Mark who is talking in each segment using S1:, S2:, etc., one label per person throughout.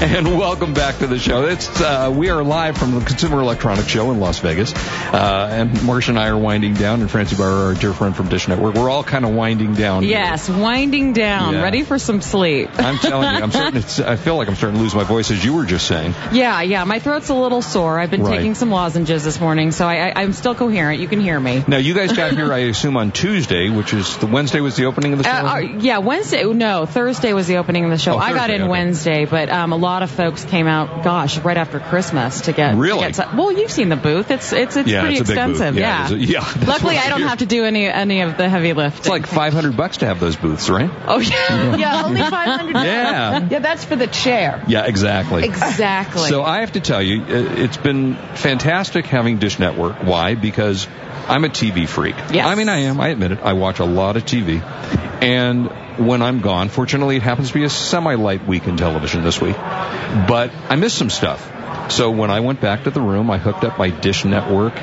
S1: And welcome back to the show. It's uh, we are live from the Consumer Electronics Show in Las Vegas, uh, and Marcia and I are winding down, and Francie Barber, our dear friend from Dish Network, we're all kind of winding down. here.
S2: Yes, winding down,
S1: Yeah.
S2: ready for some sleep.
S1: I'm telling you, I'm starting. It's, I feel like I'm starting to lose my voice, as you were just saying.
S2: Yeah, yeah, my throat's a little sore. I've been
S1: Right.
S2: taking some lozenges this morning, so I, I, I'm still coherent. You can hear me.
S1: Now you guys got here, I assume, on Tuesday, which is the Wednesday was the opening of the show.
S2: Uh, uh, yeah, Wednesday. No, Thursday was the opening of the show.
S1: Oh,
S2: I got
S1: Thursday,
S2: in
S1: okay.
S2: Wednesday, but um, a lot of folks came out. Gosh, right after Christmas to get. to
S1: Really?
S2: get some- well, you've seen the booth. It's it's it's
S1: Yeah,
S2: pretty
S1: it's a big booth.
S2: expensive.
S1: Yeah, it is a- yeah, that's
S2: Luckily,
S1: what I
S2: I don't
S1: hear.
S2: have to do any any of the heavy lifting.
S1: it's like 500 bucks to have those booths, right?
S2: oh yeah.
S3: Yeah, only 500.
S1: Yeah.
S3: Yeah, that's for the chair.
S1: Yeah, exactly.
S2: Exactly.
S1: So I have to tell you, i- it's been fantastic having Dish Network. Why? Because I'm a TV freak.
S2: Yes.
S1: I mean, I am. I admit it. I watch a lot of TV. And when I'm gone, fortunately, it happens to be a semi-light week in television this week. But I missed some stuff. So when I went back to the room, I hooked up my Dish Network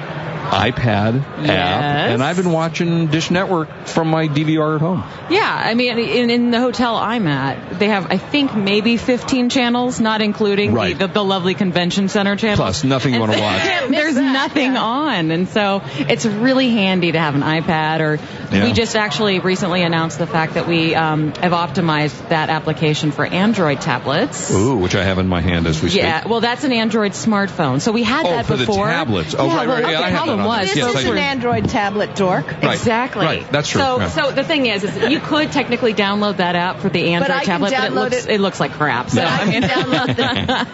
S1: iPad app,
S2: Yes.
S1: and I've been watching Dish Network from my DVR at home.
S2: Yeah, I mean, in, in the hotel I'm at, they have, I think, maybe 15 channels, not including
S1: Right.
S2: the, the, the lovely convention center channel.
S1: Plus, nothing you want to watch.
S2: There's nothing on, and so it's really handy to have an iPad. Or
S1: Yeah.
S2: we just actually recently announced the fact that we um, have optimized that application for Android tablets.
S1: Ooh, which I have in my hand as we speak.
S2: Yeah, well, that's an Android smartphone. So we had
S1: Oh,
S2: that
S1: for the
S2: before.
S1: tablets. Oh,
S2: yeah,
S1: right,
S2: well,
S1: right.
S2: that's
S1: Yeah,
S2: the
S1: I had
S2: problem
S1: that on
S2: was
S1: this.
S3: This
S1: Yes, I
S3: is an
S1: do.
S3: Android tablet dork.
S1: Right,
S2: Exactly.
S1: right, that's true,
S2: So,
S1: yeah.
S2: so the thing is, is that you could technically download that app for the Android
S3: I can
S2: tablet, but it
S3: download
S2: looks
S3: it-
S2: it looks like crap. So
S3: But I
S2: I mean,
S3: can download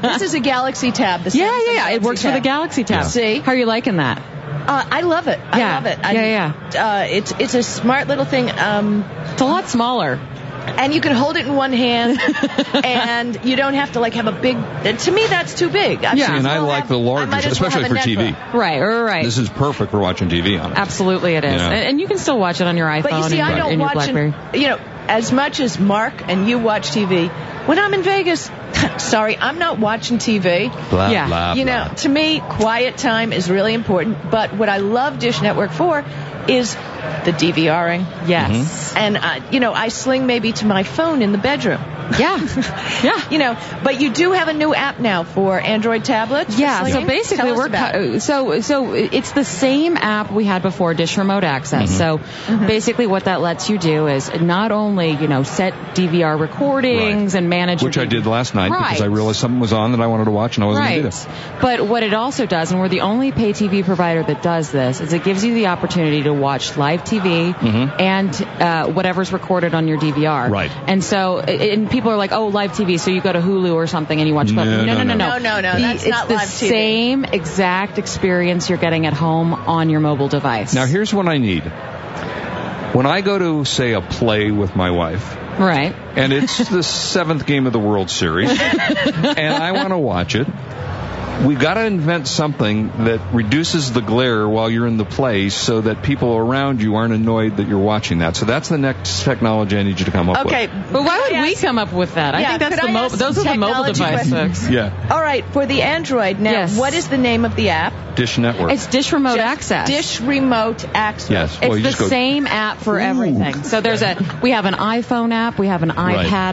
S3: the, This is a Galaxy tab. The
S2: yeah, yeah,
S3: Samsung
S2: yeah. It
S3: Galaxy
S2: works for the
S3: tab.
S2: Galaxy tab.
S3: Yeah. See?
S2: how are you liking that?
S3: Uh, I love it. I
S2: Yeah.
S3: love it. I,
S2: Yeah,
S3: Uh, it's it's a smart little thing. Um,
S2: It's a lot smaller.
S3: and you can hold it in one hand, and you don't have to like have a big. To me, that's too big. I
S2: Yeah.
S3: might as
S1: And I
S3: well
S1: like
S3: have-
S1: the
S3: I might
S1: larger,
S3: as well
S1: especially
S3: have a
S1: for TV.
S3: netbook.
S2: Right, right, right.
S1: This is perfect for watching TV on it.
S2: Absolutely, it is,
S1: Yeah.
S2: and, and you can still watch it on your iPhone
S3: But you see,
S2: and,
S3: I
S2: your-
S3: don't
S2: and your
S3: watch.
S2: BlackBerry.
S3: you know, as much as Mark and you watch TV, when I'm in Vegas, sorry, I'm not watching TV.
S1: Blah,
S2: Yeah.
S1: blah,
S3: you
S1: blah.
S3: know, to me, quiet time is really important. But what I love Dish Network for is the DVRing.
S2: Yes.
S3: And uh, you know, I sling maybe to my phone in the bedroom.
S1: Mm-hmm.
S2: Yeah. Yeah.
S3: You know, but you do have a new app now for Android tablets. for
S2: Yeah, so
S3: slinging.
S2: basically
S3: Tell us
S2: we're
S3: about it.
S2: cu- so so it's the same app we had before Dish Remote Access.
S1: Mm-hmm.
S2: So
S3: Mm-hmm.
S2: basically what that lets you do is not only, you know, set DVR recordings
S1: Right.
S2: and manage your
S1: Which I
S2: DVR
S1: did last night because I
S2: Right.
S1: realized something was on that I wanted to watch and I wasn't going to do
S2: Right. But what it also does, and we're the only pay TV provider that does this, is it gives you the opportunity to watch live TV and uh, whatever's recorded on your DVR.
S1: Right.
S2: And so, and people are like, oh, live TV, so you go to Hulu or something and you watch.
S1: No,
S2: no,
S1: no,
S2: no, no,
S1: no.
S2: no,
S3: No, no, no,
S2: The-
S3: that's
S2: it's
S3: not
S2: the
S3: live TV.
S2: same exact experience you're getting at home on your mobile device.
S1: Now, here's what I need. When I go to, say, a play with my wife,
S2: right.
S1: and it's the seventh game of the World Series, and I want to watch it. We've got to invent something that reduces the glare while you're in the play so that people around you aren't annoyed that you're watching that. So that's the next technology I need you to come up
S3: Okay.
S1: with.
S2: But why would
S3: Could I
S2: we
S3: ask-
S2: come up with that? I
S3: Yeah,
S2: think that's
S3: could
S2: the
S3: I
S2: mobile.
S3: ask
S2: Those are the mobile
S3: technology
S2: device
S3: questions?
S2: folks.
S1: Yeah.
S3: All right, for the Android now,
S2: Yes.
S3: what is the name of the app?
S1: Dish Network.
S2: It's Dish Remote
S3: Just
S2: Access.
S3: Dish Remote Access.
S1: yes.
S2: It's
S1: well, you
S2: the
S1: just go,
S2: same app for
S1: Ooh.
S2: everything. So there's a we have an iPhone app, we have an iPad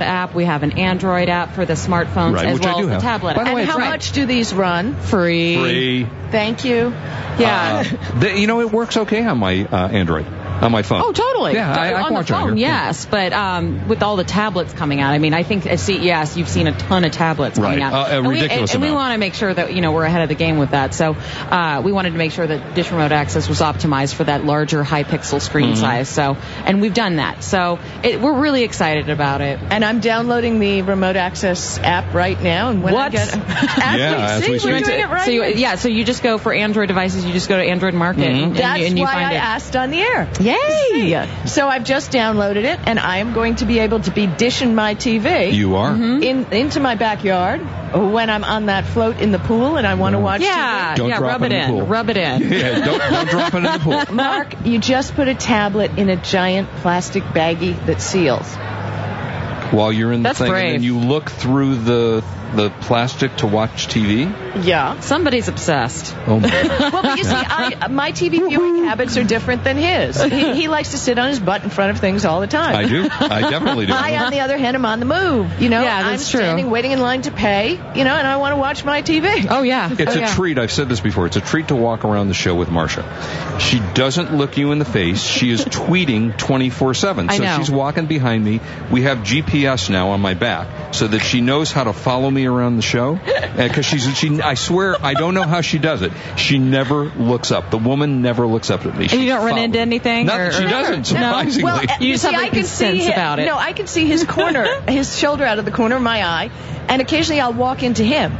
S1: Right.
S2: app, we have an Android app for the smartphones
S1: Right,
S2: as
S1: which I
S2: well
S1: do
S2: as the
S1: have.
S2: tablet.
S1: By the
S2: app.
S3: And
S1: way,
S3: how
S1: right.
S3: much do these run?
S2: free.
S1: Free.
S3: Thank you.
S2: Yeah.
S1: Uh, they- you know, it works okay on my uh, Android, on my phone.
S2: Oh, totally.
S1: Yeah, I, I
S2: on
S1: can watch
S2: the
S1: it on
S2: phone,
S1: here.
S2: yes, but um, with all the tablets coming out, I mean, I think at CES you've seen a ton of tablets coming
S1: Right,
S2: out.
S1: uh, a
S2: and we, and,
S1: ridiculous
S2: and we
S1: amount.
S2: want to make sure that you know we're ahead of the game with that. So uh, we wanted to make sure that Dish Remote Access was optimized for that larger high pixel screen
S1: Mm-hmm.
S2: size. So, and we've done that. So it, we're really excited about it.
S3: And I'm downloading the remote access app right now. And when I
S2: What?
S3: get, as
S1: Yeah, as
S3: we
S1: we
S3: see, we're
S1: speak.
S3: doing it right.
S2: So you,
S3: now.
S2: yeah, so you just go for Android devices. You just go to Android Market and,
S3: Mm-hmm. That's
S2: you, and you
S3: why
S2: find
S3: I
S2: it.
S3: asked on the air.
S2: Yay!
S3: So I've just downloaded it, and I am going to be able to be dishing my TV
S1: You are?
S2: Mm-hmm.
S3: in into my backyard when I'm on that float in the pool and I want to
S1: Mm-hmm.
S3: watch.
S2: Yeah,
S1: Don't
S2: yeah.
S1: drop
S2: Rub it
S1: it in the
S2: in.
S1: pool.
S2: Rub it in.
S1: Yeah, don't, don't drop it in the pool.
S3: TV. Mark, you just put a tablet in a giant plastic baggie that seals.
S1: while you're in the
S2: That's
S1: thing,
S2: brave.
S1: and then you look through the the plastic to watch TV.
S3: Yeah.
S2: Somebody's obsessed.
S1: Oh my!
S3: Well, but you see, I, my TV viewing habits are different than his. He, he likes to sit on his butt in front of things all the time.
S1: I do. I definitely do.
S3: I, on the other hand, am on the move. You know,
S2: Yeah, that's
S3: I'm
S2: true.
S3: standing waiting in line to pay. You know, and I want to watch my TV.
S2: Oh yeah.
S1: It's
S2: oh,
S1: a
S2: yeah.
S1: treat. I've said this before. It's a treat to walk around the show with Marcia. She doesn't look you in the face. She is tweeting 24/7.
S2: I
S1: So
S2: know.
S1: she's walking behind me. We have GPS now on my back so that she knows how to follow me around the show. Because she's she. I swear I don't know how she does it. She never looks up. The woman never looks up at me.
S2: And you don't run
S1: follows
S2: into
S1: me.
S2: anything
S1: Nothing.
S2: or-
S1: she
S2: or-
S1: doesn't. Surprisingly.
S3: Well,
S2: You just have
S3: see,
S2: a
S3: I can
S2: good sense
S3: see hi-
S2: about it.
S3: No, I can see his corner, his shoulder out of the corner of my eye, and occasionally I'll walk into him.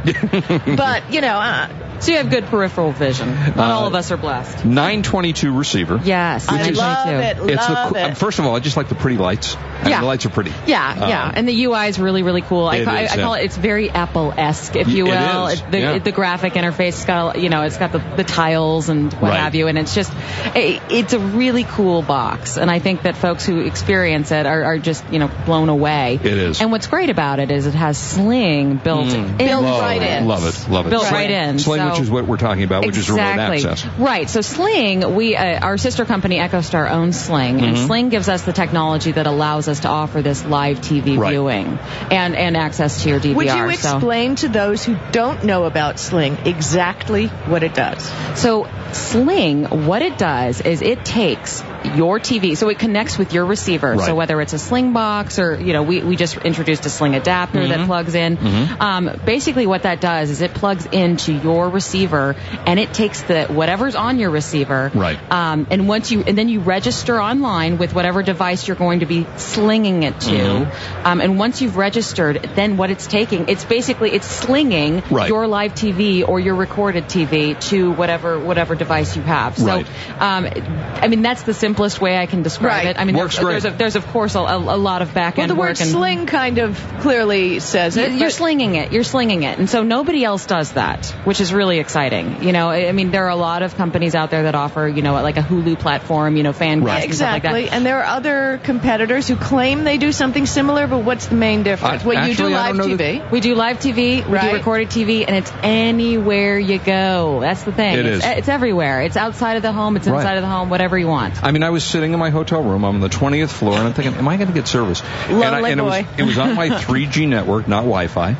S3: but you know, uh,
S2: So you have good peripheral vision. Not
S1: Uh,
S2: all of us are blessed.
S1: 922 receiver.
S2: Yes.
S3: I love it. Love
S1: It's the,
S3: it.
S1: first of all, I just like the pretty lights. I mean,
S2: Yeah.
S1: the lights are pretty.
S2: Yeah, yeah,
S1: Um,
S2: and the UI is really, really cool. I,
S1: It
S2: ca- I,
S1: is,
S2: I call
S1: yeah.
S2: it it's very Apple-esque, if you
S1: It
S2: will.
S1: is,
S2: It- the,
S1: yeah.
S2: it- the graphic interface, it's got a- you know, it's got the, the tiles and what
S1: Right.
S2: have you, and it's just it, it's a really cool box, and I think that folks who experience it are, are just you know blown away.
S1: It is. Mm.
S2: And what's great about it is it has Sling built in.
S3: Built
S1: Love
S3: right
S1: it.
S3: in.
S1: Love it. Love it.
S2: Built
S1: Sling-
S2: right in,
S1: Sling,
S2: so-
S1: which is what we're talking about, which
S2: exactly.
S1: is remote access.
S2: Right. So Sling, we uh, our sister company EchoStar owns Sling, and
S1: Mm-hmm.
S2: Sling gives us the technology that allows us to offer this live TV
S1: Right.
S2: viewing and and access to your DVR.
S3: would you
S2: so.
S3: explain to those who don't know about Sling exactly what it does?
S2: So Sling, what it does is it takes your TV, so it connects with your receiver. So
S1: Right.
S2: whether it's a Sling box or you know, we, we just introduced a Sling adapter
S1: Mm-hmm.
S2: that plugs in. Um, basically, what that does is it plugs into your receiver and it takes the whatever's on your receiver.
S1: Right.
S2: Um, and once you and then you register online with whatever device you're going to be slinging it to.
S1: Mm-hmm.
S2: Um, and once you've registered, then what it's taking, it's basically it's slinging
S1: Right.
S2: your live TV or your recorded TV to whatever whatever device you have. So,
S1: Right.
S2: um, I mean that's the simplest way I can describe
S3: Right.
S2: it. I mean,
S1: Works
S2: there's,
S1: great.
S2: there's, a, there's of course a, a lot of back
S3: Well,
S2: end
S3: the word
S2: work. and-
S3: Sling kind of clearly says it.
S2: you're
S3: but-
S2: slinging it. You're slinging it, and so nobody else does that, which is really exciting. You know, I I mean, there are a lot of companies out there that offer, you know, like a Hulu platform, you know, fan
S1: Right.
S2: and stuff like
S3: Exactly,
S2: that.
S3: and there are other competitors who claim they do something similar, but what's the main difference?
S1: I-
S3: well, you do
S1: actually, I
S3: live
S1: don't know that-
S3: TV.
S2: We do live TV, we
S3: Right.
S2: do recorded TV, and it's anywhere you go. That's the thing.
S1: It
S2: it's,
S1: is.
S2: It's everywhere. It's outside of the home. It's
S1: Right.
S2: inside of the home. Whatever you want.
S1: I mean, I was sitting in my hotel room. I'm on the 20th floor, and I'm thinking, am I going to get service? and I,
S3: Lonely
S1: and it, was,
S3: boy.
S1: it was on my 3G network, not Wi-Fi,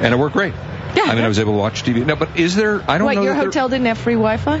S1: and it worked great. Yeah. I mean, I was able to watch TV. No, but is there? I don't
S3: Wait,
S1: know.
S3: your
S1: that there-
S3: hotel didn't have free Wi-Fi?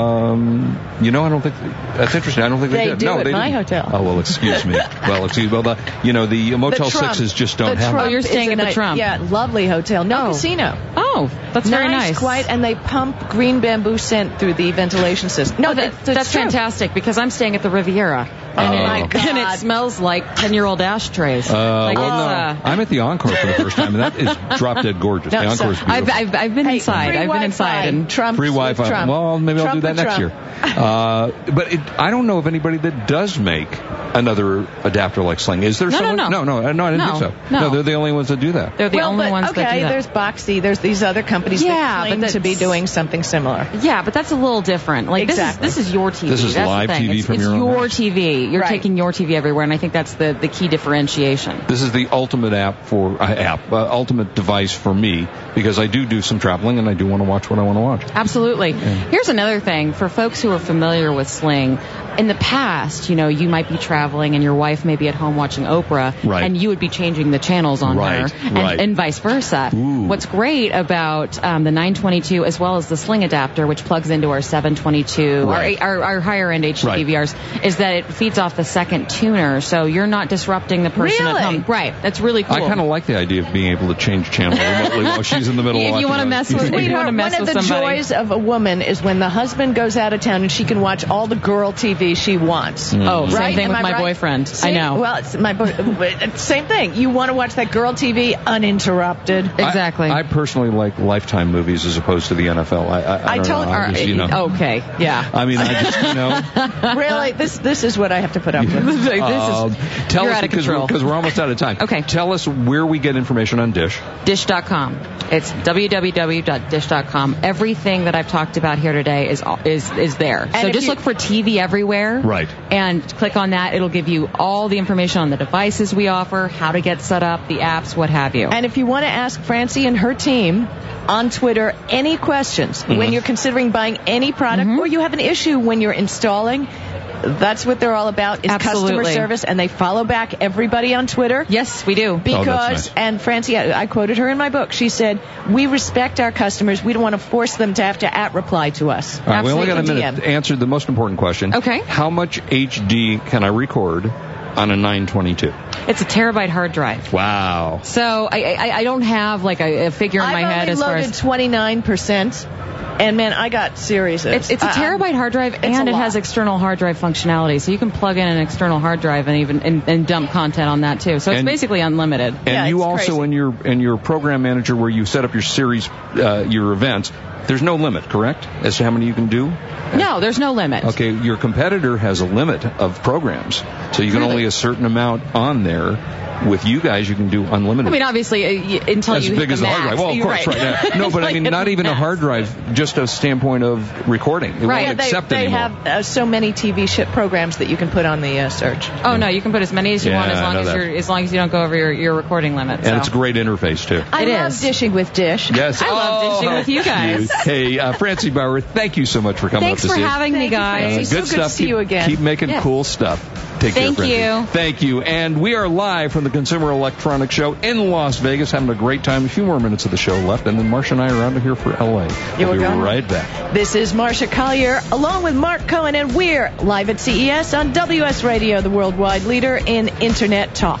S1: Um, you know, I don't think that's interesting. I don't think they,
S3: They
S1: did.
S3: do
S1: no,
S3: at
S1: they
S3: my
S1: didn't.
S3: hotel.
S1: Oh well, excuse me. Well, excuse well, the you know the Motel
S3: the Trump.
S1: Sixes just don't
S3: the
S1: have.
S3: Trump
S2: Oh, you're
S3: is
S2: staying
S3: a
S2: at the
S3: nice-
S2: Trump.
S3: Yeah, lovely hotel. No
S2: Oh.
S3: casino.
S2: Oh, that's very nice.
S3: quiet, and they pump green bamboo scent through the ventilation system. No,
S2: Oh, that,
S3: it-
S2: that's
S3: true.
S2: fantastic because I'm staying at the Riviera. and,
S1: Oh.
S3: my
S2: it, and it
S3: God.
S2: smells like 10 year old ashtrays.
S1: Uh,
S2: like
S1: well,
S2: it's,
S1: no.
S2: uh,
S1: I'm at the Encore for the first time, and that is drop dead gorgeous.
S3: No,
S1: the Encore is
S3: so-
S1: beautiful.
S2: I've, I've, I've been
S3: Hey,
S2: inside.
S3: free
S2: I've
S3: Wi-Fi.
S2: been inside. And
S3: Trump
S1: Free
S3: with
S1: Wi-Fi.
S3: Trump.
S1: Well, maybe I'll
S3: Trump
S1: do that
S3: with
S1: next
S3: Trump.
S1: year. Uh, but it, I don't know of anybody that does make another adapter like Sling. Is there
S2: No, no,
S1: someone?
S2: no.
S1: no, uh, no, I didn't
S2: No,
S1: think so.
S2: no.
S1: they're the only ones that do that.
S2: they're the
S3: well,
S2: only
S3: but,
S2: ones
S3: okay,
S2: that do that.
S3: there's Boxy. There's these other companies
S2: Yeah,
S3: that
S2: but
S3: claim to be
S2: that's-
S3: doing something similar.
S2: Yeah, but that's a little different. Like
S3: Exactly.
S2: this is this is your TV.
S1: This is
S2: That's the
S1: live
S2: thing.
S1: TV
S2: it's,
S1: from
S2: it's
S1: your own
S2: your
S1: house.
S2: TV. You're
S3: Right.
S2: taking your TV everywhere, and I think that's the the key differentiation.
S1: This is the ultimate app for uh, app, uh, ultimate device for me because I do do some traveling and I do want to watch what I want to watch.
S2: Absolutely. Here's another thing for folks who are familiar with Sling. In the past, you know, you might be traveling and your wife may be at home watching Oprah,
S1: Right.
S2: and you would be changing the channels on
S1: Right,
S2: her, and,
S1: right.
S2: and vice versa.
S1: Ooh.
S2: What's great about um, the 922 as well as the Sling adapter, which plugs into our 722,
S1: Right.
S2: our, our, our higher end
S1: Right.
S2: HDVRs, is that it feeds off the second tuner, so you're not disrupting the person
S3: Really?
S2: at home. Right. That's really cool.
S1: I kind of like the idea of being able to change channel remotely while she's in the middle of
S2: If you
S1: watching.
S2: wanna
S1: a-
S2: mess with- Wait, You wanna
S3: Sweetheart,
S2: mess
S3: one of
S2: with
S3: the
S2: somebody.
S3: joys of a woman is when the husband goes out of town and she can watch all the girl TV she wants.
S1: Mm.
S2: Oh,
S1: Mm-hmm.
S2: same
S3: right?
S2: thing
S3: Am
S2: with
S3: I
S2: my
S3: right?
S2: boyfriend. I
S3: See?
S2: know.
S3: Well, it's my boy- but same thing. You want to watch that girl TV uninterrupted.
S1: I-
S2: exactly.
S1: I, personally like Lifetime movies as opposed to the NFL. I, I, I,
S3: I
S1: don't
S3: told-
S1: know. I
S3: or-
S1: just, you know.
S2: okay. Yeah.
S1: I mean, I just you know.
S3: really, this this is what I have to put up with.
S2: Like, this is-
S1: Um, tell
S2: you're
S1: us
S2: out of
S1: because we're,
S2: control.
S1: because we're almost out of time.
S2: Okay.
S1: Tell us where we get information on Dish.
S2: Dish.com. It's www.dish.com. Everything that I've talked about here today is all- is is there. so
S3: if
S2: just
S3: you-
S2: look for TV everywhere. anywhere.
S1: Right.
S2: And click on that. It'll give you all the information on the devices we offer, how to get set up, the apps, what have you.
S3: And if you want to ask Francie and her team on Twitter any questions
S2: Mm-hmm.
S3: when you're considering buying any product or you have an issue when you're installing, that's what they're all about is customer
S2: Absolutely.
S3: service and they follow back everybody on Twitter.
S2: yes, we do.
S3: Because,
S1: nice.
S3: and Francie, I I quoted her in my book. She said, We respect our customers. We don't want to force them to have to at reply to us.
S1: All right, we only got a
S3: Absolutely.
S1: minute
S3: DM.
S1: to answer the most important question.
S2: Okay.
S1: How much HD can I record on a 922?
S2: it's a terabyte hard drive.
S1: Wow.
S2: So I, I, I don't have like a, a figure in
S3: I've
S2: my head
S3: only
S2: as far as
S3: loaded 29%, and man, I got serious.
S2: It's, it's a terabyte hard drive, and
S3: Uh-uh. a
S2: it
S3: lot.
S2: has external hard drive functionality, so you can plug in an external hard drive and even and, and dump content on that too. So it's
S1: And-
S2: basically unlimited.
S1: And
S3: Yeah,
S1: you
S3: it's
S1: also
S3: crazy.
S1: in your in your program manager where you set up your series, uh, your events. There's no limit, correct, as to how many you can do.
S2: No, there's no limit.
S1: Okay, your competitor has a limit of programs, so you can only a certain amount on there. With you guys, you can do unlimited.
S2: I mean, obviously, uh, y- until
S1: as
S2: you hit
S1: big
S2: the
S1: as a
S2: max,
S1: hard drive. Well, of
S2: you're
S1: course, right. now. No, but I mean, not even a hard drive, just a standpoint of recording. It
S2: Right.
S1: won't
S3: they,
S1: accept
S3: they
S1: anymore.
S3: have uh, so many TV ship programs that you can put on the uh, search.
S2: Oh no, you can put as many as you
S1: Yeah,
S2: want as
S1: I
S2: long
S1: know
S2: as
S1: that.
S2: you're as long as you don't go over your, your recording limit.
S1: and
S2: so.
S1: it's a great interface, too.
S3: I
S2: It
S3: love
S2: is.
S3: dishing with dish.
S1: Yes.
S2: I love
S1: Oh,
S2: dishing with you guys.
S1: Hey, uh, Francie Bauer, thank you so much for coming
S2: Thanks
S1: up
S2: for
S1: to see us.
S2: having me,
S3: Thank you,
S2: guys.
S3: Francie.
S1: Good
S3: It's so good
S1: stuff.
S3: to see
S1: keep,
S3: you again.
S1: Keep making
S2: Yes.
S1: cool stuff. Take
S2: Thank
S1: care, Francie.
S2: you.
S1: Thank you. And we are live from the Consumer Electronics Show in Las Vegas, having a great time. A few more minutes of the show left, and then Marsha and I are out of here for
S3: we're
S1: LA. we'll be
S3: going.
S1: right back.
S3: This is Marcia Collier along with Mark Cohen, and we're live at CES on WS Radio, the worldwide leader in Internet talk.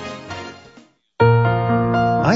S4: I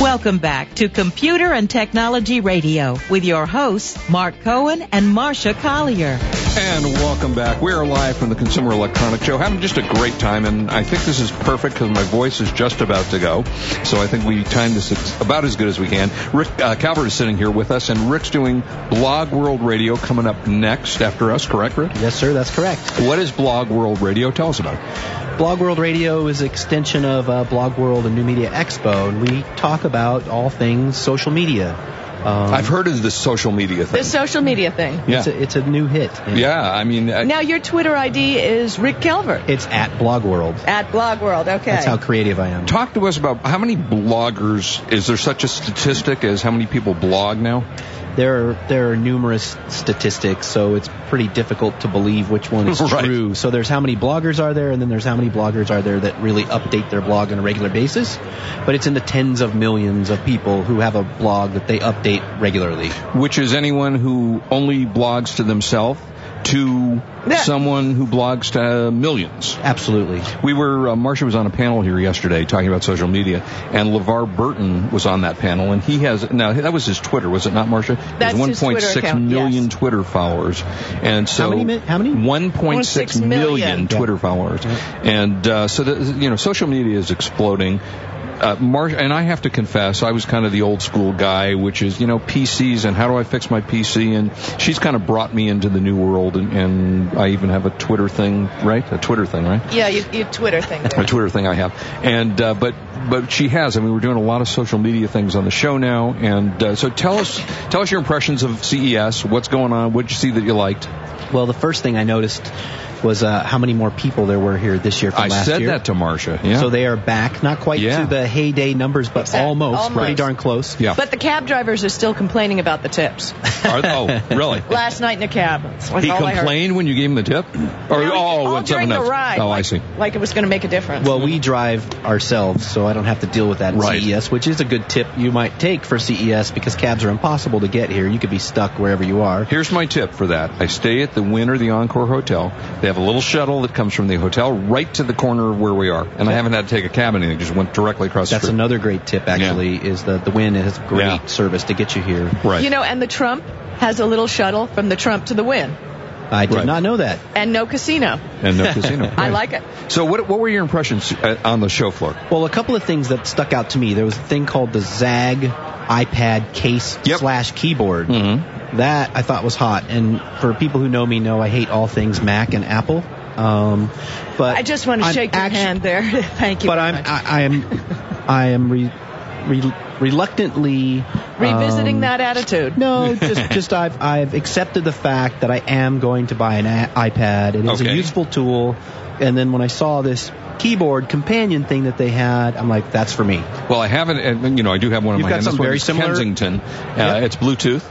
S5: Welcome back to Computer and Technology Radio with your hosts, Mark Cohen and Marcia Collier.
S1: And welcome back. We are live from the Consumer Electronics Show. Having just a great time, and I think this is perfect because my voice is just about to go. So I think we timed this ex- about as good as we can. Rick uh, Calvert is sitting here with us, and Rick's doing Blog World Radio coming up next after us. Correct, Rick?
S6: Yes, sir, that's correct.
S1: What is Blog World Radio? Tell us about it.
S6: Blog World Radio is an extension of uh, Blog World and New Media Expo, and we talk about all things social media. Um,
S1: I've heard of this social media thing.
S3: The social media thing.
S1: yeah,
S6: it's, a, it's a new hit.
S1: yeah. I mean, uh, I,
S3: Now your Twitter ID is Rick Calvert
S6: It's at Blog World.
S3: at Blog World. Okay.
S6: That's how creative I am.
S1: talk to us about how many bloggers. Is there such a statistic as how many people blog now?
S6: There are there are numerous statistics, so it's pretty difficult to believe which one is
S1: Right.
S6: true. So there's how many bloggers are there, and then there's how many bloggers are there that really update their blog on a regular basis. But it's in the tens of millions of people who have a blog that they update regularly.
S1: which is anyone who only blogs to themselves to someone who blogs to millions.
S6: Absolutely.
S1: We were, uh, Marsha was on a panel here yesterday talking about social media, and LeVar Burton was on that panel, and he has, now that was his Twitter, was it not, Marsha?
S3: That's
S1: He has
S3: his Twitter
S1: 1.6
S3: account,
S1: million
S3: yes.
S1: Twitter followers. And so,
S6: How many mi- how many?
S1: 1.6
S3: 1.6
S1: million,
S3: million.
S1: Twitter followers. And uh, so, the, you know, social media is exploding. Uh, Mar- and I have to confess, I was kind of the old school guy, which is, you know, PCs and how do I fix my PC? And she's kind of brought me into the new world, and, and I even have a Twitter thing, right? A Twitter thing, right?
S3: yeah, you, you Twitter thing.
S1: a Twitter thing I have, and uh, but but she has. I mean, we're doing a lot of social media things on the show now, and uh, so tell us tell us your impressions of CES. What's going on? What did you see that you liked?
S6: Well, the first thing I noticed was uh, how many more people there were here this year from
S1: I
S6: last
S1: said
S6: year.
S1: that to Marcia. Yeah.
S6: So they are back, not quite
S1: Yeah.
S6: to the heyday numbers, but
S3: Exact-
S6: almost,
S3: almost.
S6: pretty darn close.
S1: yeah.
S3: But the cab drivers are still complaining about the tips.
S1: Are- oh, really?
S3: Last night in a cab. That's
S1: He
S3: all I heard.
S1: complained when you gave him the tip, or
S3: No,
S1: oh,
S3: all during
S1: when something
S3: the
S1: else.
S3: ride.
S1: oh,
S3: like,
S1: I see.
S3: Like it was going to make a difference.
S6: Well, we drive ourselves, so I don't have to deal with that at
S1: Right.
S6: CES, which is a good tip you might take for CES because cabs are impossible to get here. You could be stuck wherever you are.
S1: Here's my tip for that. I stay at the Wynn or the Encore Hotel. They have a little shuttle that comes from the hotel right to the corner of where we are. And I haven't had to take a cab or anything. Just went directly across
S6: That's
S1: the street.
S6: another great tip, actually, is that the Win has great
S1: Yeah.
S6: service to get you here.
S1: right.
S3: You know, and the Trump has a little shuttle from the Trump to the Win,
S6: I did
S1: Right.
S6: not know that.
S3: and no casino.
S1: and no casino.
S3: I
S1: Right.
S3: like it.
S1: So what what were your impressions uh, on the show floor?
S6: Well, a couple of things that stuck out to me. There was a thing called the Zag iPad case
S1: Yep.
S6: slash keyboard.
S1: Mhm.
S6: That I thought was hot. And for people who know me, know I hate all things Mac and Apple. Um, but
S3: I just want to
S6: I'm
S3: shake your
S6: actu-
S3: hand there. Thank you.
S6: But
S3: very
S6: I'm
S3: much.
S6: I, I am I am re, re, reluctantly
S3: revisiting
S6: um,
S3: that attitude.
S6: No, just just I've I've accepted the fact that I am going to buy an a- iPad. It is
S1: Okay.
S6: a useful tool. And then when I saw this keyboard companion thing that they had, I'm like, that's for me.
S1: Well, I haven't, and, you know, I do have one of
S6: You've
S1: my
S6: got
S1: hand. This
S6: something
S1: one
S6: very
S1: is
S6: similar?
S1: Kensington. Uh,
S6: Yep.
S1: It's Bluetooth,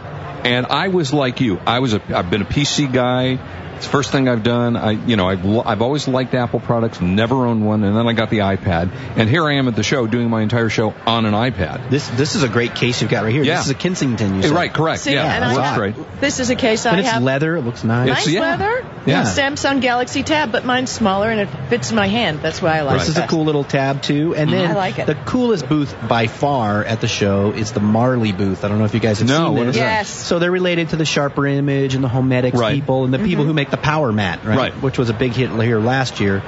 S1: and I was like you. I was a, I've been a PC guy. It's the first thing I've done. I, you know, I've, lo- I've always liked Apple products, never owned one, and then I got the iPad, and here I am at the show doing my entire show on an iPad.
S6: This this is a great case you've got right here.
S1: Yeah.
S6: This is a Kensington. You
S1: Eh,
S6: said.
S1: Right, correct.
S3: See,
S1: yeah,
S3: and I
S1: works
S3: have-
S1: great.
S3: This is a case
S6: But
S3: I
S6: it's
S3: have.
S6: leather. It looks nice.
S3: Nice
S1: It's- yeah.
S3: leather.
S1: Yeah.
S3: Samsung Galaxy Tab, but mine's smaller and it fits in my hand. That's why I like
S6: This is a
S3: that.
S6: cool little tab too. And then
S3: Mm-hmm. I like it.
S6: the coolest booth by far at the show is the Marley booth. I don't know if you guys have
S1: No,
S6: seen
S1: what
S6: this.
S1: is
S3: that? Yes.
S6: So they're related to the Sharper Image and the Homedics
S1: Right. Mm-hmm.
S6: people and the people who make the Power Mat, right?
S1: Right.
S6: Which was a big hit here last year.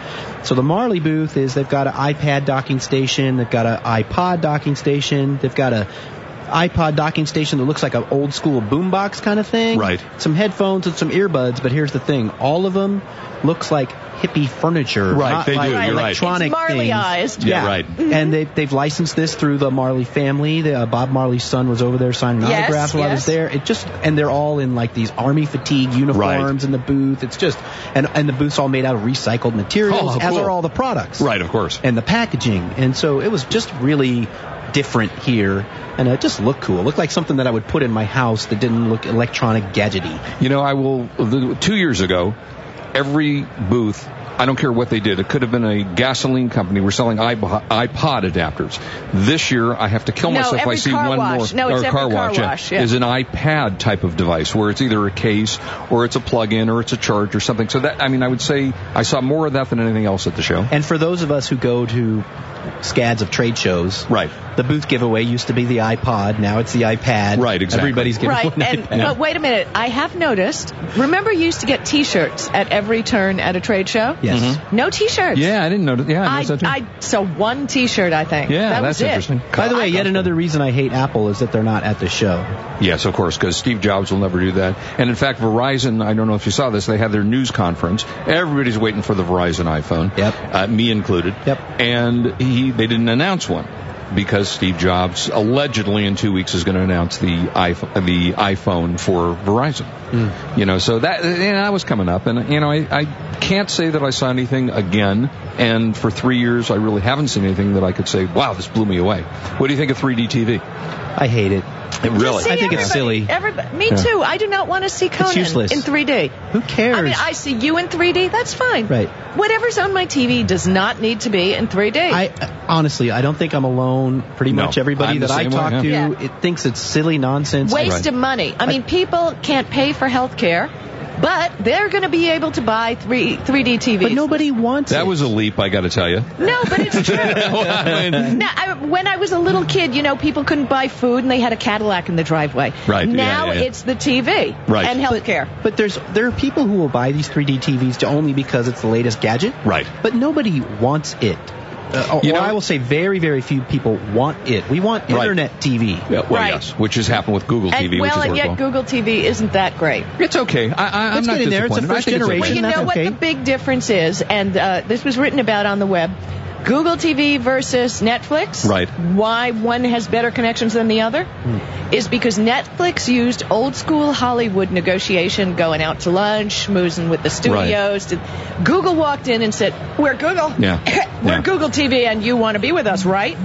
S6: So the Marley booth is they've got an iPad docking station, they've got an iPod docking station, they've got a iPod docking station that looks like an old school boombox kind of thing.
S1: Right.
S6: Some headphones and some earbuds, but here's the thing: all of them looks like hippie furniture.
S1: Right,
S6: not
S1: they do,
S6: like
S1: you're right.
S6: electronic
S3: It's Marley-ized.
S6: things.
S1: Yeah, right.
S6: And they, they've licensed this through the Marley family. The, uh, Bob Marley's son was over there signing
S3: Yes,
S6: autographs while I
S3: yes.
S6: was there. It just and they're all in like these army fatigue uniforms in the booth. It's just and and the booth's all made out of recycled materials,
S1: Oh,
S6: as
S1: cool.
S6: are all the products
S1: Right, of course.
S6: and the packaging. And so it was just really different here. And it just looked cool. It looked like something that I would put in my house that didn't look electronic gadgety.
S1: You know, I will. The, two years ago, every booth. I don't care what they did. It could have been a gasoline company. We're selling iPod, iPod adapters. This year, I have to kill
S3: No,
S1: myself if I
S3: every
S1: see
S3: car
S1: one
S3: wash.
S1: more
S3: No, it's
S1: or
S3: every
S1: car
S3: car
S1: wash, yeah,
S3: wash, yeah.
S1: is an iPad type of device where it's either a case or it's a plug-in or it's a charge or something. So that I mean, I would say I saw more of that than anything else at the show.
S6: And for those of us who go to scads of trade shows,
S1: Right.
S6: The booth giveaway used to be the iPod, now it's the iPad.
S1: Right, exactly.
S6: Everybody's giving
S3: Right,
S6: one
S3: and
S6: iPad.
S3: but wait a minute. I have noticed. Remember, you used to get T-shirts at every turn at a trade show. Mm-hmm.
S6: Yes.
S1: Mm-hmm.
S3: No T-shirts.
S1: Yeah, I didn't notice. Yeah,
S3: I,
S1: noticed that too.
S3: I saw one T-shirt. I think.
S1: yeah,
S3: that
S1: that's
S3: was it.
S1: interesting.
S6: By the way, yet another reason I hate Apple is that they're not at the show.
S1: Yes, of course, because Steve Jobs will never do that. And in fact, Verizon, I don't know if you saw this, they had their news conference. Everybody's waiting for the Verizon iPhone,
S6: Yep.
S1: uh, me included.
S6: Yep.
S1: And he, they didn't announce one because Steve Jobs allegedly in two weeks is going to announce the iPhone, the iPhone for Verizon.
S6: Mm.
S1: You know, so that you know, that was coming up, and you know, I, I can't say that I saw anything again. And for three years, I really haven't seen anything that I could say, wow, this blew me away. What do you think of 3D TV?
S6: I hate it.
S1: It really,
S3: See,
S6: I think
S3: everybody-
S6: it's silly.
S3: everybody- me too. I do not want to see Conan
S6: useless.
S3: in 3D.
S6: Who cares?
S3: I mean, I see you in 3D. That's fine.
S6: Right.
S3: Whatever's on my TV does not need to be in 3D.
S6: I- honestly, I don't think I'm alone. Pretty
S1: No,
S6: much everybody
S1: I'm
S6: that
S1: the
S6: I
S1: same
S6: talk
S1: way,
S6: to,
S3: yeah. Yeah.
S6: it thinks it's silly nonsense.
S3: Waste of money. I mean, people can't pay for health care, but they're going to be able to buy three 3D TVs.
S6: But nobody wants
S1: that
S6: it.
S1: was a leap, I got to tell you.
S3: No, but it's true. No, I, when I was a little kid, you know, people couldn't buy food and they had a Cadillac in the driveway.
S1: Right, yeah,
S3: Now
S1: yeah, yeah.
S3: it's the TV
S1: Right.
S3: and health care.
S6: But there's there are people who will buy these 3D TVs to only because it's the latest gadget.
S1: Right.
S6: But nobody wants it. Uh, or
S1: You know-
S6: I will say very very few people want it. We want
S1: Right.
S6: internet TV.
S1: Yeah, well,
S3: Right.
S1: yes, which has happened with Google TV,
S3: and well,
S1: which is
S3: and yet
S1: workable.
S3: Google TV isn't that great.
S1: it's okay. I, I, I'm
S6: Let's
S1: not
S6: get in there. It's the
S1: disappointed. I
S6: first
S1: think it's
S6: generation.
S3: Well, you
S1: okay.
S6: Isn't that
S3: know what
S6: okay?
S3: the big difference is, and uh, this was written about on the web. Google TV versus Netflix.
S1: Right.
S3: Why one has better connections than the other
S1: Hmm.
S3: is because Netflix used old school Hollywood negotiation, going out to lunch, schmoozing with the studios. Did- Google walked in and said, "We're Google.
S1: Yeah.
S3: We're
S1: Yeah.
S3: Google TV, and you want to be with us, right?"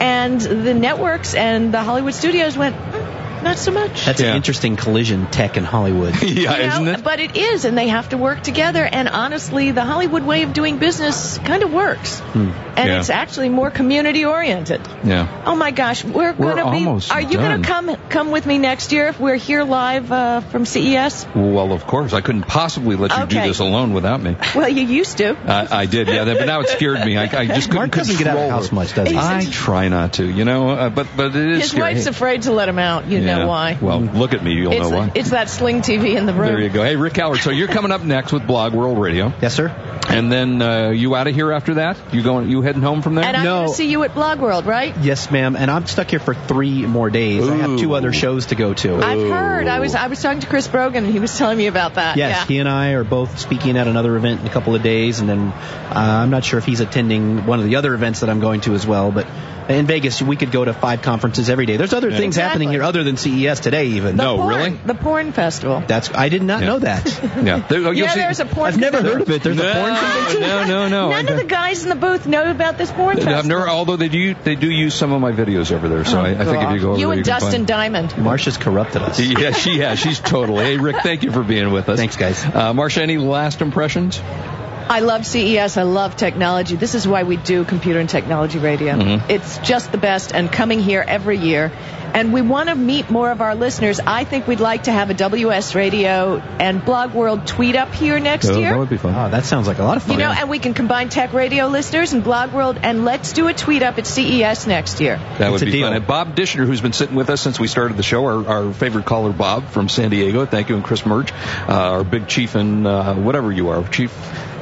S3: And the networks and the Hollywood studios went, "Mm, "Not so much."
S6: That's
S1: Yeah.
S6: an interesting collision, tech and Hollywood.
S1: Yeah,
S3: You know,
S1: Uh, isn't it?
S3: But it is, and they have to work together. And honestly, the Hollywood way of doing business kind of works, and
S1: Hmm. Yeah.
S3: it's actually more community oriented.
S1: yeah.
S3: Oh my gosh, we're, gonna be.
S1: almost
S3: are you
S1: done.
S3: gonna come come with me next year if we're here live uh, from CES?
S1: Well, of course, I couldn't possibly let you do
S3: Okay.
S1: this alone without me.
S3: Well, you used to.
S1: I, I did, yeah, but now it scared me. I, I just couldn't
S6: Mark doesn't get out of
S1: control
S6: the house
S1: her.
S6: much, does he?
S1: I try not to, you know, uh, but but it is
S3: His
S1: scary.
S3: wife's afraid to let him out. You
S1: yeah.
S3: know why?
S1: Well, look at me, you'll
S3: it's,
S1: know why.
S3: it's that sling TV in the room.
S1: there you go. Hey, Rick Howard. So you're coming up next with Blog World Radio,
S6: yes, sir.
S1: and then uh, you out of here after that. You going? You heading home from there?
S3: And I'm
S6: No.
S3: gonna see you at Blog World, right?
S6: Yes, ma'am. And I'm stuck here for three more days. I have two
S1: Ooh.
S6: other shows to go to.
S3: I've heard. I was I was talking to Chris Brogan, and he was telling me about that.
S6: Yes,
S3: yeah.
S6: he and I are both speaking at another event in a couple of days, and then uh, I'm not sure if he's attending one of the other events that I'm going to as well. But in Vegas, we could go to five conferences every day. There's other things
S3: Exactly.
S6: happening here other than CES today, even.
S3: The
S1: No,
S3: porn,
S1: really?
S3: The porn festival.
S6: that's I did not
S1: Yeah.
S6: know that.
S1: yeah. There, oh, you'll
S3: yeah,
S1: see-
S3: there's a porn.
S6: I've never heard of it. There's
S1: no,
S6: a porn.
S1: no, no, no.
S3: None of the guys in the booth know about this porn
S1: They-
S3: festival.
S1: I've never, although they do, they do use some of my videos over there. So I, I think if you go
S3: Oh,
S1: over
S3: you
S1: there,
S3: and
S1: you can
S3: Dustin
S1: find-
S3: Diamond.
S6: Marsha's corrupted us.
S1: yeah, she has. She's totally. Hey, Rick, thank you for being with us.
S6: Thanks, guys.
S1: Uh, Marsha, any last impressions?
S3: I love CES. I love technology. This is why we do computer and technology radio.
S1: Mm-hmm.
S3: It's just the best, and coming here every year. And we want to meet more of our listeners. I think we'd like to have a WS Radio and Blog World tweet up here next
S1: Oh,
S3: year.
S1: that would be fun.
S6: Oh, that sounds like a lot of
S3: You
S6: fun.
S3: know, and we can combine tech radio listeners and Blog World, and let's do a tweet up at CES next year.
S1: That would
S6: It's a
S1: be
S6: deal.
S1: fun. And Bob Dishner, who's been sitting with us since we started the show, our, our favorite caller, Bob from San Diego. Thank you, and Chris Merch, uh, our big chief and uh, whatever you are, chief,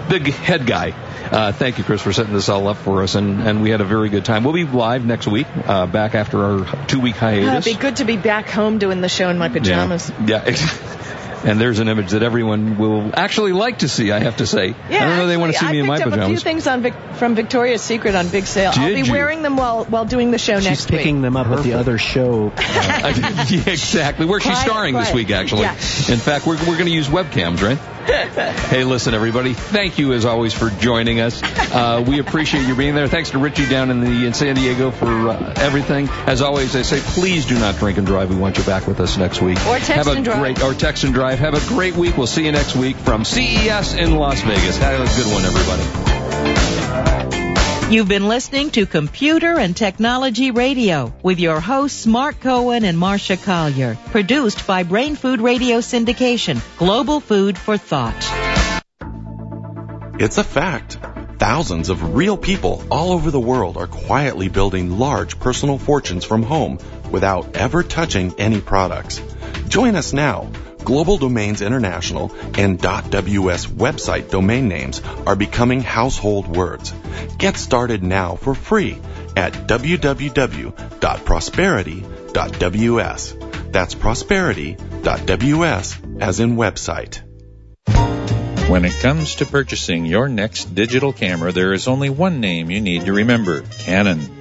S1: big head guy. Uh, thank you, Chris, for setting this all up for us, and, and we had a very good time. We'll be live next week, uh, back after our two week
S3: Uh,
S1: hiatus.
S3: it'd be good to be back home doing the show in my pajamas.
S1: Yeah. yeah. And there's an image that everyone will actually like to see, I have to say. I don't know if they want to see
S3: actually,
S1: me in my
S3: I picked up a few
S1: pajamas.
S3: things on Vic- from Victoria's Secret on big sale. I'll
S1: Did
S3: be
S1: you?
S3: wearing them while while doing the show
S6: She's
S3: next
S6: picking
S3: week.
S6: them up at the other show.
S1: yeah, exactly. Where she's
S3: Quiet,
S1: starring this
S3: quiet.
S1: week, actually.
S3: Yeah.
S1: In fact, we're, we're going to use webcams, right? Hey, listen, everybody. Thank you, as always, for joining us. Uh, we appreciate you being there. Thanks to Richie down in the in San Diego for uh, everything. As always, I say, please do not drink and drive. We want you back with us next week.
S3: Or text
S1: Have a
S3: and drive.
S1: Great, or text and drive. Have a great week. We'll see you next week from CES in Las Vegas. Have a good one, everybody.
S5: You've been listening to Computer and Technology Radio with your hosts Mark Cohen and Marcia Collier, produced by Brain Food Radio Syndication, Global Food for Thought.
S7: It's a fact. Thousands of real people all over the world are quietly building large personal fortunes from home without ever touching any products. Join us now. Global Domains International and .ws website domain names are becoming household words. Get started now for free at www.prosperity.ws. That's prosperity.ws as in website.
S8: When it comes to purchasing your next digital camera, there is only one name you need to remember Canon.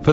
S1: For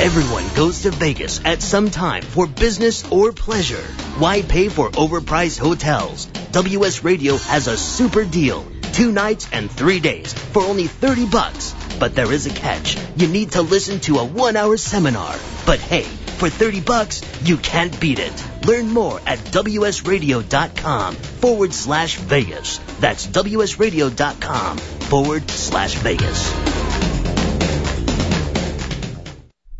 S9: Everyone goes to Vegas at some time for business or pleasure. Why pay for overpriced hotels? WS Radio has a super deal. Two nights and three days for only 30 bucks. But there is a catch. You need to listen to a one hour seminar. But hey, for 30 bucks, you can't beat it. Learn more at wsradio.com forward slash Vegas. That's wsradio.com forward slash Vegas.